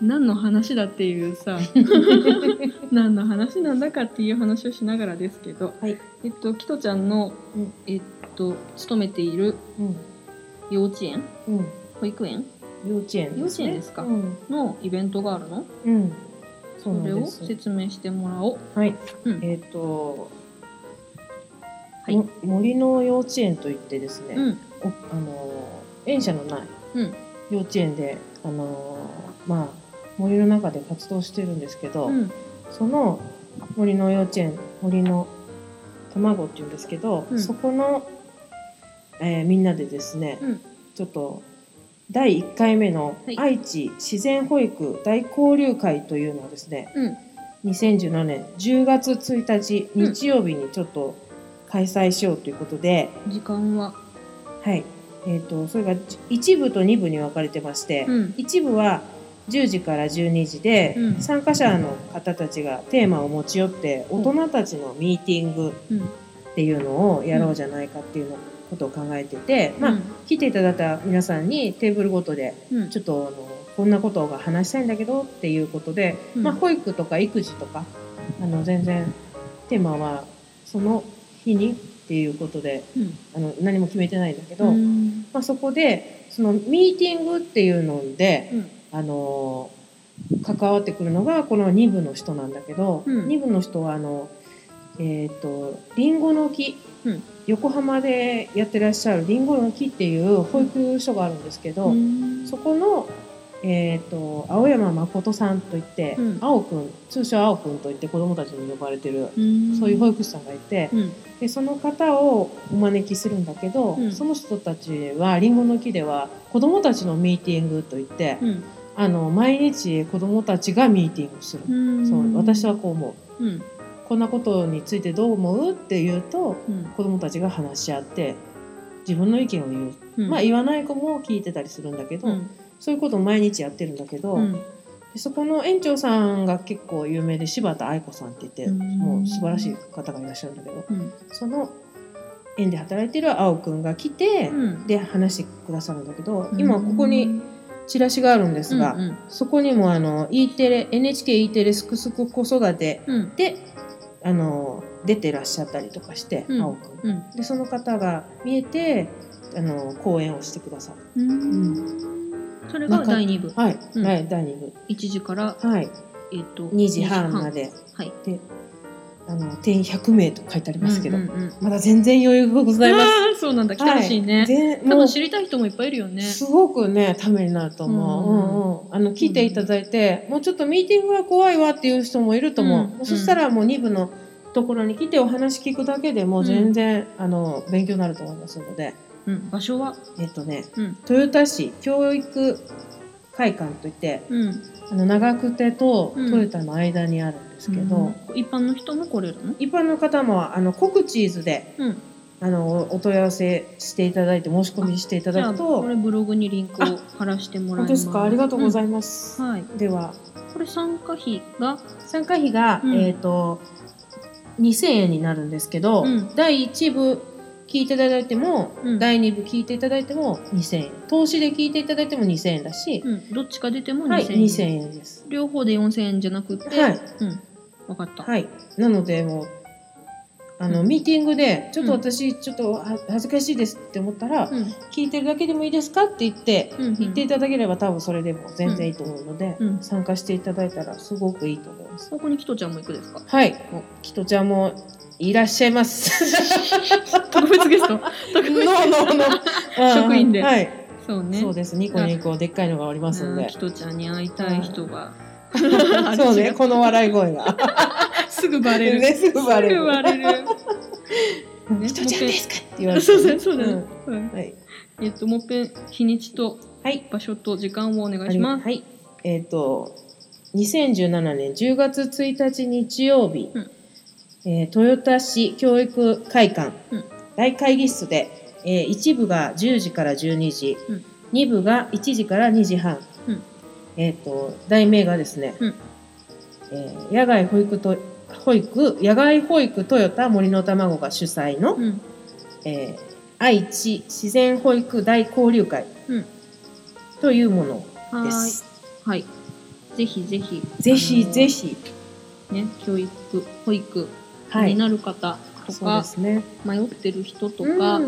何の話だっていう さ何の話なんだかっていう話をしながらですけど、はいえっとキトちゃんの、うんえっと勤めているうん幼稚園うん保育園幼稚園です、ね、幼稚園ですかうん、のイベントがあるのうん、そそうなんれをです説明してもらおう。はい、うんえっ、と、はいも森の幼稚園といってですね、うんおあのー園舎のないうん幼稚園で、あのーまあ、森の中で活動してるんですけど、うんその森の幼稚園森の卵っていうんですけど、うんそこの、えーみんなでですね、うんちょっと第1回目のはい愛知自然保育大交流会というのをですね、うん2017年10月1日うん日曜日にちょっと開催しようということで、時間は、はいえー、とそれが1部と2部に分かれてまして、うん一部は10時から12時で、うん参加者の方たちがテーマを持ち寄ってうん大人たちのミーティングうんっていうのをやろうじゃないかっていうのことを考えてて、まうあん来ていただいた皆さんにテーブルごとでうんちょっとあのこんなことが話したいんだけどっていうことで、うんまあ、保育とか育児とかあの全然テーマはその日にっていうことでうんあの何も決めてないんだけど、うんまあ、そこでそのミーティングっていうので、うんあの関わってくるのがこの2部の人なんだけど、うん2部の人はあのえっ、とりんごの木、うん横浜でやってらっしゃるりんごの木っていう保育所があるんですけど、うんそこの、えっと青山誠さんといって、うん青くん通称青くんといって子どもたちに呼ばれてる、そういう保育士さんがいて、うんでその方をお招きするんだけど、うんその人たちはりんごの木では子どもたちのミーティングといって、うんあの毎日子どもたちがミーティングする、うんそう私はこう思ううんこんなことについてどう思うって言うとうん子どもたちが話し合って自分の意見を言う、うんまあ言わない子も聞いてたりするんだけど、うんそういうことを毎日やってるんだけど、うんでそこの園長さんが結構有名で柴田愛子さんって言って、うんもう素晴らしい方がいらっしゃるんだけどうんその園で働いてる青くんが来て、うんで話してくださるんだけど、今ここにチラシがあるんですが、うんそこにもあの E テレ NHKE テレすくすく子育てうんであの出てらっしゃったりとかして、うん青くんうんでその方が見えてあの講演をしてくださるそれが第2部はい、うんはい第2部1時から、はいえっと2時半まではいあの定員100名と書いてありますけど、うんうんうんまだ全然余裕がございまあーそうなんだ来すてほしいはね、全多もう分知りたい人もいっぱいいるよねすごくねためになると思う、うんうんあの聞いていただいて、もうちょっとミーティングが怖いわっていう人もいると思う、うんそしたらもう2部のところに来てお話聞くだけでもう全然、あの勉強になると思いますのでうん場所はえっとねうん豊田市教育会館といってうんあの長久手とうん豊田の間にあるんですけど、うん一般の人も来れるの一般の方もあのコクチーズでうんあのお問い合わせしていただいて申し込みしていたじゃだあくことれブログにリンクを貼らしてもら本当いますですかありがとうございいます、はいではこれ参加費が参加費が、うんえっ、と2000円になるんですけど、うん第1部聞いていただいても、うん第2部聞いていただいても2000円投資で聞いていただいても2000円だし、うんどっちか出てもはい、 2000円2000円です両方で4000円じゃなくてはいうんわかったはいなのでもうあの、うんミーティングでちょっとうん私ちょっとは恥ずかしいですって思ったら、うん聞いてるだけでもいいですかって言って、うんうん言っていただければ多分それでも全然いいと思うので、うん参加していただいたらすごくいいと思いますここにキトちゃんも行くですかはいきとちゃんもいらっしゃいます特別ゲスト特別ゲ のス ののうん職員ではい、ト そうねそうです。ニコニコでっかいのがおりますんうんでキ。トちゃんに会いたい人が そうね、この笑い声が。すぐバレる ねすぐバレるすぐバレるね キトちゃんですかって言われて。そうだねそうだねんうんはい。えっともっぺん日にちとはい。場所と時間をお願いします。はい。えっ、と、2017年10月1日日曜日、うんえー豊田市教育会館、うん大会議室で、え1部が10時から12時、うん二2部が1時から2時半、うんえっ、と、題名がですね、うんえー野外保育と、保育、野外保育トヨタ森の卵が主催の、うんえー愛知自然保育大交流会うんというものはでーいす。はいぜひぜひぜひぜひ、あのね教育保育気はにいなる方とそうでか、すね迷ってる人とうんか、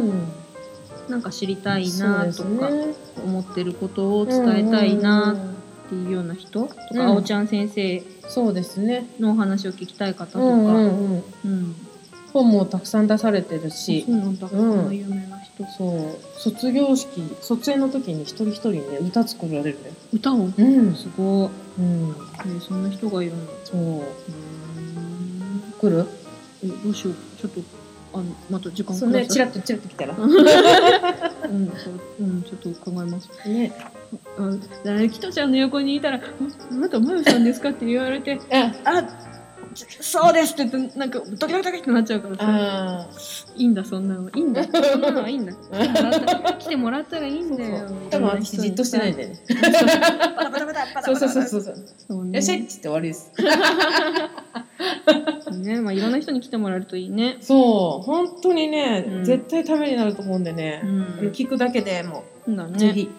なんか知りたいなとそうでか、すね思ってることを伝えたいうんなうんうんっていうような人とか、うんあおちゃん先生そうですねのお話を聞きたい方とか、うんうんうんうん本もたくさん出されてるしそうなんだ、うん有名な人そう卒業式卒園の時に一人一人ね歌作られるね歌をうんすごい、うんねそんな人がいるのうそうーん来るえどうしようちょっとあのまた時間そうねくチだラさッとチラッと来たらいうんそううんちょっと考えますねあだキトちゃんの横にいたら「ああなたマヨさんですか?」って言われてあ「あそうです」って言ってなんかドキドキドキってなっちゃうからさあいいんだそんなのはいいんだそんなのはいい んだ来てもらった来てもらったらいいんだよー多分私じっとしてないんだよねバタバタバタバタバタそうそうそうそうそうそういねらっしゃいっつって終わりですねまあいろんな人に来てもらえるといいねそう本当にね、うん絶対ためになると思うんでねう、ん聞くだけでもそうだう、ねぜひ、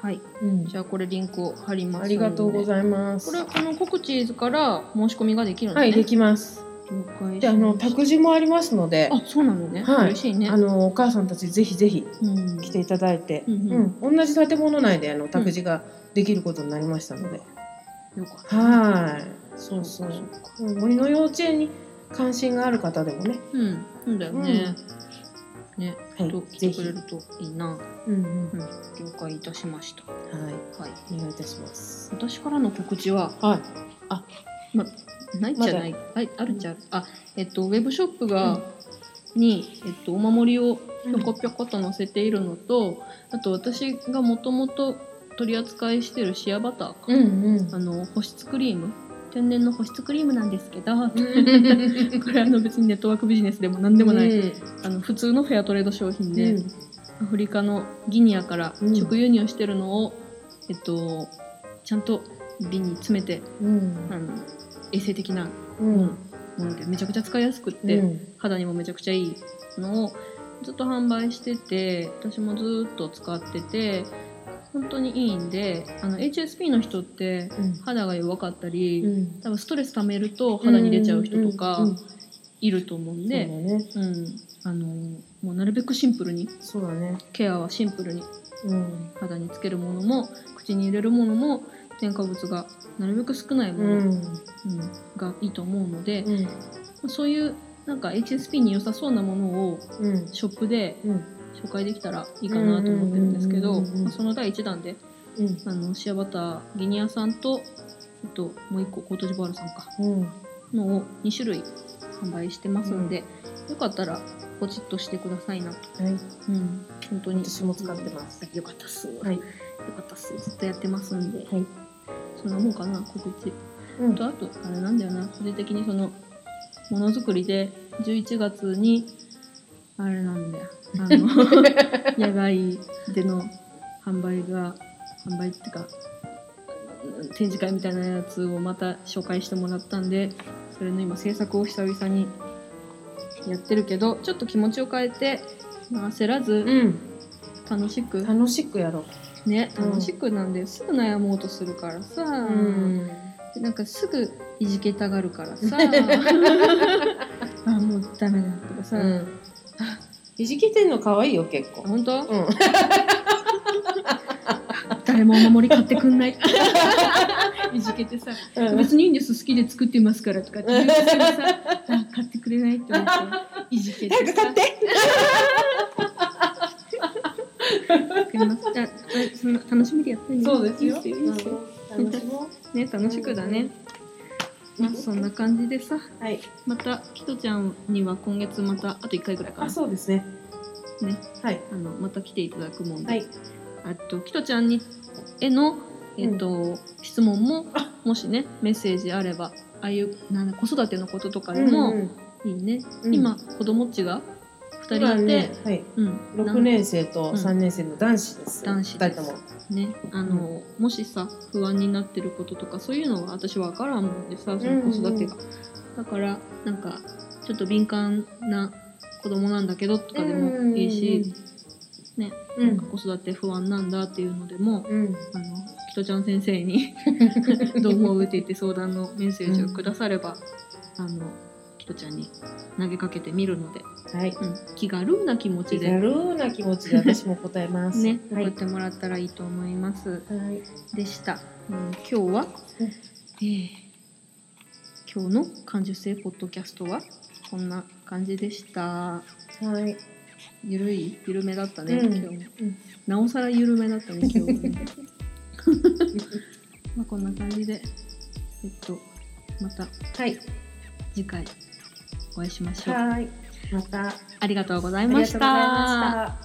はいうんじゃあこれリンクを貼りますありがとうございますこれこのコクチーズから申し込みができるのねはいできます了解であの託児もありますのであそうなのね、はい嬉しいねあのお母さんたちぜひぜひうん来ていただいて、うんうん同じ建物内であの託児ができることになりましたので、よかっはいそうそそううかそうん森の幼稚園に関心がある方でもたね、うんそうだよね、ねはとい、来ぜてくひ、うれんるといいな、うんうん、了解いたしましたはいはいお願いいたします私からの告知ははいないじゃない、はいあるっちゃあるあえっとウェブショップが、に、えっと、お守りをぴょこぴょこと載せているのと、あと私がもともと取り扱いしてるシアバターか、うんうんあの保湿クリーム天然の保湿クリームなんですけど こでれあの別にネットワークビジネスでも何 でもない、うんあの普通のフェアトレード商品で、うんアフリカのギニアからうん直輸入してるのを、えっと、ちゃんと瓶に詰めてうんあの衛生的なうんものでめちゃくちゃ使いやすくって、うん肌にもめちゃくちゃいいのをずっと販売してて私もずっと使ってて本当にいいんであの HSP の人って肌が弱かったり、うん多分ストレス溜めると肌に出ちゃう人とうんうかんいると思うんで、うんあのもうなるべくシンプルにそうだねケアはシンプルにそうだねうん肌につけるものも口に入れるものも添加物がなるべく少ないもうの、うんんがいいと思うので、うんそういうなんか HSP に良さそうなものをうんショップでうん紹介できたらいいかなと思ってるんですけど、うんうんうんうんうんまあその第1弾でうんあのシアバターギニアさんとあともう一個コートジボワールさんかうんのを2種類販売してますので、よかったらポチッとしてくださいなと、はいうん、本当に私も使ってますよかったっす、はいよかったっすずっとやってますんではいそんなもんかな告知うんとあとあれなんだよな個人的にそのものづくりで11月にあれなんだよあ の野外での販売が販売っていうか展示会みたいなやつをまた紹介してもらったんでそれの今制作を久々にやってるけどちょっと気持ちを変えて、まあ、焦らずうん楽しく、楽しくやろうねうん楽しくなんですぐ悩もうとするからさ、うんでなんかすぐいじけたがるから さあもうダメだとかさ、うんいじけてんの可愛いよ結構本当うん誰もお守り買ってくんないいじけてさ別にいいんです好きで作ってますからとかって言うん ですけどさあ買ってくれないって思っていじけて早く買ってわかりますじゃあはいそんな楽しみでやってねいいっすよいいっすようん楽しもうね楽しくだね、まあ、そんな感じでさはいまたキトちゃんには今月またあと1回ぐらいかあなそうですねねはいあのまた来ていただくもんで、はいあとキトちゃんにへの、えっと質問ももしねメッセージあればああいうなんだ子育てのこととかでうんもうんいいね、うん今子供っちが2人いて、今ねはいうん、六年生とん三年生の男子です男子です二人ともねあの、もしさ不安になってることとかそういうのは私わからんもんでさその子育てが、だからなんかちょっと敏感な子供なんだけどとかでもいいし、ねうんなんか子育て不安なんだっていうのでも、うんあのひとちゃん先生 にどう思うって言って相談のメッセージをくだされば、あのひとちゃんに投げかけてみるので、はい。うん、気軽な気持ち気で、軽な気持ちで私も答え ます。ね、は送っい。てもらったらいいと思います。はい。でした。うん、今日は、えー今日の感受性ポッドキャストはこんな感じでした。はい。ゆるい緩めだったね、うん今日もうんなおさら緩めだったね今日は ねまあこんな感じでえっとまたはい。次回お会いしましょう。はい。また。あありがとうございりがとうござまいまし。したた。